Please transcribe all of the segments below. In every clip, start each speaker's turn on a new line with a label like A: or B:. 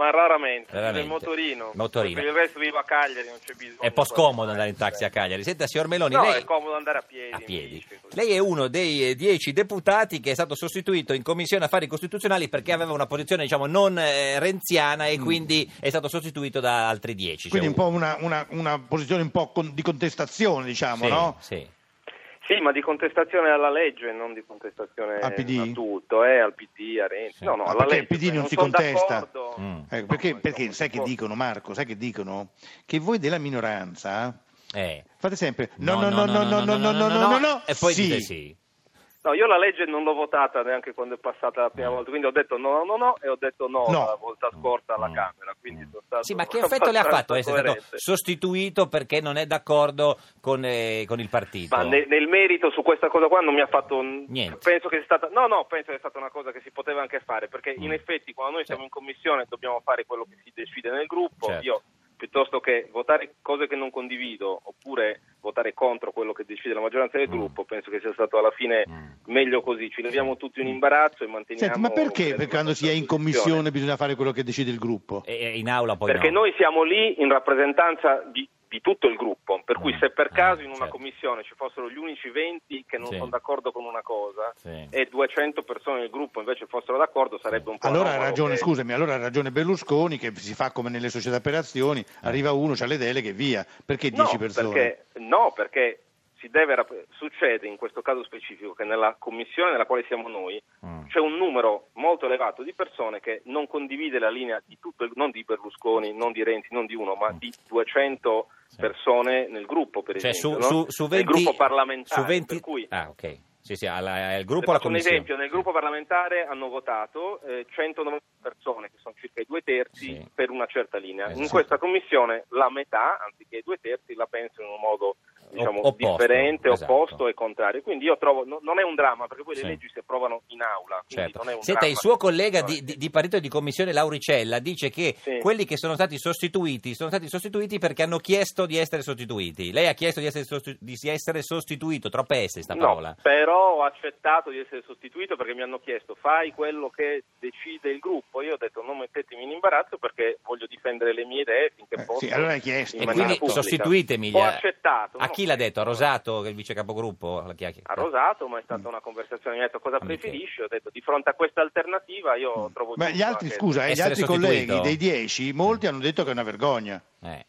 A: Ma raramente,
B: Veramente.
A: del motorino.
B: Motorino.
A: Per il resto vivo a Cagliari, non c'è bisogno.
B: È un po' scomodo andare in taxi a Cagliari. Senta, signor Meloni,
A: No,
B: lei...
A: è comodo andare a piedi.
B: a
A: mi
B: piedi.
A: dice così.
B: Lei è uno dei eh, dieci deputati che è stato sostituito in Commissione Affari Costituzionali perché aveva una posizione, diciamo, non eh, renziana e quindi è stato sostituito da altri dieci.
C: Quindi un
B: Cioè,
C: po' una, una- una posizione un po' con- di contestazione, diciamo,
B: sì,
C: no?
B: sì.
A: Sì, ma di contestazione alla legge, non di contestazione
C: Al PD?
A: a tutto, eh, al PD, a Renzi. No, no,
C: Ma
A: alla
C: perché il
A: legge,
C: PD non
A: non
C: si
A: sono
C: contesta?
A: d'accordo.
B: Mm.
C: Eh, perché,
A: No,
C: perché
A: insomma,
C: sai che
A: non-
C: dicono, Marco, sai che dicono? Che voi della minoranza
B: Eh.
C: fate sempre no, no, no, no, no, no, no, no, no, no,
B: E poi dite
C: sì.
B: sì.
A: No, io la legge non l'ho votata neanche quando è passata la prima
B: Mm.
A: volta, quindi ho detto no, no, no e ho detto no,
C: No.
A: la volta scorsa alla
B: Mm.
A: Camera. Quindi sono stato
B: Sì, ma che effetto le ha fatto essere stato
A: abbastanza coerente.
B: sostituito perché non è d'accordo con, eh, con il partito?
A: Ma ne- nel merito su questa cosa qua non mi ha fatto un-
B: Niente.
A: Penso che sia stata. No, no, penso che sia stata una cosa che si poteva anche fare, perché
B: Mm.
A: in effetti quando noi siamo
B: Sì.
A: in commissione dobbiamo fare quello che si decide nel gruppo.
B: Certo.
A: Io piuttosto che votare cose che non condivido oppure votare contro quello che decide la maggioranza del
B: Mm.
A: gruppo, penso che sia stato alla fine
B: Mm.
A: meglio così. Ci leviamo tutti un imbarazzo e manteniamo.
C: Senti, ma perché,
A: una
C: perché quando si è in
A: posizione?
C: commissione bisogna fare quello che decide il gruppo?
B: E- e in aula poi
A: Perché
B: no.
A: noi siamo lì in rappresentanza di, di tutto il gruppo, per cui
B: Mm.
A: se per caso
B: Ah,
A: in una
B: certo.
A: commissione ci fossero gli unici 20 che non
B: Sì.
A: sono d'accordo con una cosa
B: Sì.
A: e 200 persone del gruppo invece fossero d'accordo sarebbe un po'
C: Allora ha
A: anomalo Eh,
C: ragione,
A: che-
C: scusami, allora ha ragione Berlusconi che si fa come nelle società per
B: Eh.
C: azioni, arriva uno, c'ha le deleghe e via. Perché 10
A: no,
C: persone?
A: Perché, no, perché si deve rap- succede in questo caso specifico che nella commissione nella quale siamo noi
B: Mm.
A: c'è un numero molto elevato di persone che non condivide la linea di tutto, il- non di Berlusconi, non di Renzi, non di uno, ma di 200 persone nel gruppo, per
B: Cioè, su,
A: esempio,
B: su,
A: no?
B: su
A: Nel
B: 20...
A: gruppo parlamentare,
B: Su 20...
A: per cui
B: Ah, ok. Sì, sì, alla, al
A: le
B: gruppo o alla
A: faccio un
B: commissione.
A: esempio, nel gruppo parlamentare hanno votato eh, 190 persone, che sono circa i due terzi,
B: Sì.
A: per una certa linea. In
B: Esatto.
A: questa commissione la metà, anziché i due terzi, la pensano in un modo diciamo,
B: O- opposto,
A: differente,
B: esatto.
A: opposto e contrario. Quindi io trovo, no- non è un dramma, perché poi
B: Sì.
A: le leggi si approvano in aula. quindi
B: Certo.
A: non è un
B: Senta,
A: dramma.
B: il suo collega di, di, di partito e di commissione Lauricella dice che
A: Sì.
B: quelli che sono stati sostituiti sono stati sostituiti perché hanno chiesto di essere sostituiti. Lei ha chiesto di essere, sostitu- di si- essere sostituito, troppe S sta parola.
A: No, però ho accettato di essere sostituito perché mi hanno chiesto fai quello che decide il gruppo. Io ho detto non mettetemi in imbarazzo perché voglio difendere le mie idee finché
C: Eh,
A: posso.
C: sì, allora hai chiesto.
A: in
B: E
A: maniera
B: quindi
A: pubblica.
B: sostituitemi.
A: Ho
B: gli-
A: accettato.
B: A
A: no,
B: chi l'ha
A: no.
B: detto? A Rosato, Mm. che è il vice capogruppo? La chi- chi-
A: A Rosato, ma è stata una conversazione. Mi ha detto cosa
B: Amiche.
A: preferisci? Ho detto di fronte a questa alternativa io trovo
C: Mm. Ma
A: giusto
C: gli altri,
A: anche-
C: scusa, eh, gli
B: Essere
C: altri
B: sostituito.
C: colleghi dei 10, molti hanno detto che è una vergogna.
B: Eh.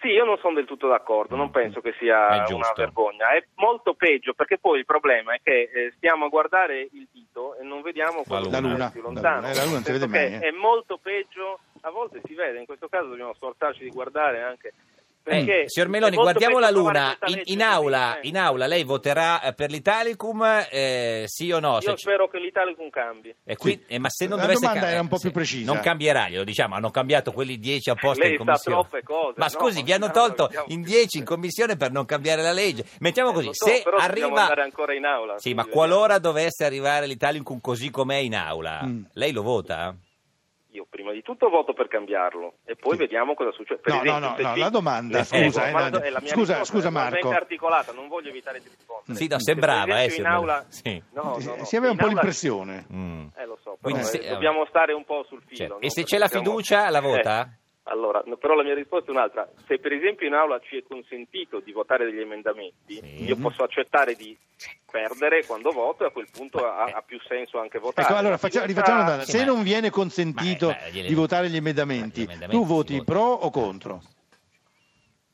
A: Sì, io non sono del tutto d'accordo,
C: Mm,
A: non penso che
B: È
A: sia
B: giusto.
A: una vergogna. È molto peggio perché poi il problema è che eh, stiamo a guardare il dito e non vediamo quello
B: luna.
A: che
B: La
A: è
C: luna,
A: più
C: la
A: lontano.
C: luna, eh, la luna non si
A: Nel
C: vede
A: senso che
C: mai, eh.
A: È molto peggio, a volte si vede, in questo caso dobbiamo sforzarci di guardare anche. Perché
B: Eh, signor
A: è
B: Meloni,
A: molto
B: guardiamo la
A: peggio
B: luna.
A: trovare questa
B: In, in
A: legge così,
B: aula,
A: eh.
B: in aula lei voterà eh, per l'Italicum, eh, sì o no? Se
A: Io
B: ci-
A: spero che l'Italia non cambi.
B: e qui- eh, ma se non
C: La
B: dovesse
C: domanda
B: ca-
C: era un po'
B: eh,
C: più
B: sì,
C: precisa.
B: Non cambierà, glielo diciamo. Hanno cambiato quelli 10 apposta
A: Lei
B: in
A: sa
B: commissione.
A: troppe cose,
B: ma
A: no?
B: scusi, vi
A: Ma
B: hanno
A: no,
B: tolto
A: diciamo-
B: in 10 in commissione per non cambiare la legge. Mettiamo
A: Eh,
B: così:
A: lo so,
B: se
A: però dobbiamo
B: arriva.
A: andare ancora in aula, eh.
B: Sì,
A: quindi
B: ma
A: vediamo.
B: qualora dovesse arrivare l'Italicum così com'è in aula,
C: Mm.
B: lei lo vota?
A: Io prima di tutto voto per cambiarlo e poi vediamo cosa succede. Per
C: No, no,
A: esempio,
C: no,
A: se
C: no,
A: sì-
C: la domanda,
A: Eh,
C: scusa,
A: ecco,
C: eh,
A: ma
C: la-
A: è la mia
C: scusa,
A: risposta,
C: scusa,
A: è talmente
C: Marco.
A: articolata, non voglio evitare di rispondere.
B: Sì, no,
A: Se per
B: sembrava, eh,
A: esempio in
B: signor-
A: aula...
B: sì.
A: no, no,
C: Si-
A: no,
C: si aveva Eh, un
A: in
C: po'
A: aula-
C: l'impressione.
B: Mm.
A: Eh, lo so,
B: Quindi
A: però,
B: se-
A: eh, dobbiamo stare un po' sul filo.
B: Certo.
A: no?
B: E se
A: Perché
B: c'è la
A: siamo-
B: fiducia, la vota?
A: Eh, allora, no, però la mia risposta è un'altra. Se per esempio in aula ci è consentito di votare degli emendamenti,
B: Sì.
A: io posso accettare di perdere quando voto e a quel punto ha, ha più senso anche votare.
C: Ecco, allora
A: La
C: faccia-
A: fiducia-
C: rifacciamo una domanda.
B: Sì,
C: Se
B: ma-
C: non viene consentito
B: ma- ma gliele-
C: di votare gli
B: gli
C: emendamenti,
B: emendamenti
C: tu
B: si
C: voti
B: votano.
C: pro o contro?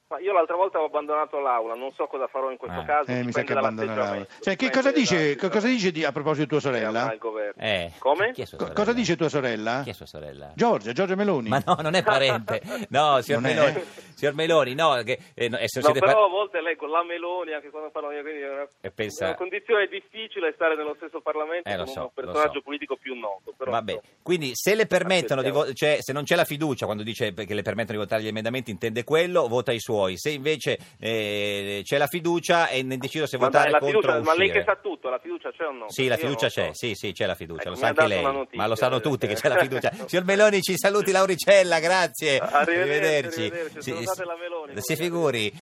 A: Ma io l'altra volta ho abbandonato l'aula, non so cosa farò in questo
B: Ah.
A: caso.
C: Eh, mi sa
A: dipende
C: che abbandona l'aula.
A: dall'atteggiamento,
C: Cioè, che
A: dipende
C: cosa dice,
A: dall'atteggiamento
C: co- cosa dice di- a proposito di tua
A: che avrà
C: sorella?
A: il governo.
B: Eh.
A: Come?
B: Chi è sua
C: Co-
B: sorella?
C: cosa dice tua sorella?
B: Ah. Chi è sua sorella?
C: Giorgia, Giorgia Meloni.
B: Ma no, non è parente. No, signor
C: Non è?
B: Meloni. Signor Meloni, no, che, eh, no, eh, se
A: No,
B: siete
A: però
B: par-
A: a volte lei con la Meloni, anche quando parla di quindi è una,
B: E pensa-
A: è una condizione difficile stare nello stesso Parlamento
B: Eh, lo
A: con
B: so,
A: un
B: lo
A: personaggio
B: so.
A: politico più noto. Però,
B: Vabbè,
A: insomma.
B: quindi se le permettono di vo-
A: Aspettiamo.
B: cioè, se non c'è la fiducia quando dice che le permettono di votare gli emendamenti, intende quello, vota i suoi. Se invece eh, c'è la fiducia e ne decido se
A: Ma
B: votare
A: dai, la
B: contro
A: fiducia-
B: o
A: ma lei
B: uscire.
A: che sa tutto, la fiducia c'è o no?
B: Sì, la
A: Perché io
B: fiducia
A: non
B: c'è,
A: so.
B: sì, sì, c'è la fiducia,
A: Ecco,
B: lo
A: mi ha
B: sa anche
A: dato
B: lei,
A: una notizia,
B: ma lo sanno tutti che c'è la fiducia.
A: eh.
B: Signor Meloni, ci saluti Lauricella, grazie,
A: Arrivederci,
B: arrivederci.
A: arrivederci,
B: Sì,
A: salutate la Meloni,
B: si
A: vogliate.
B: figuri.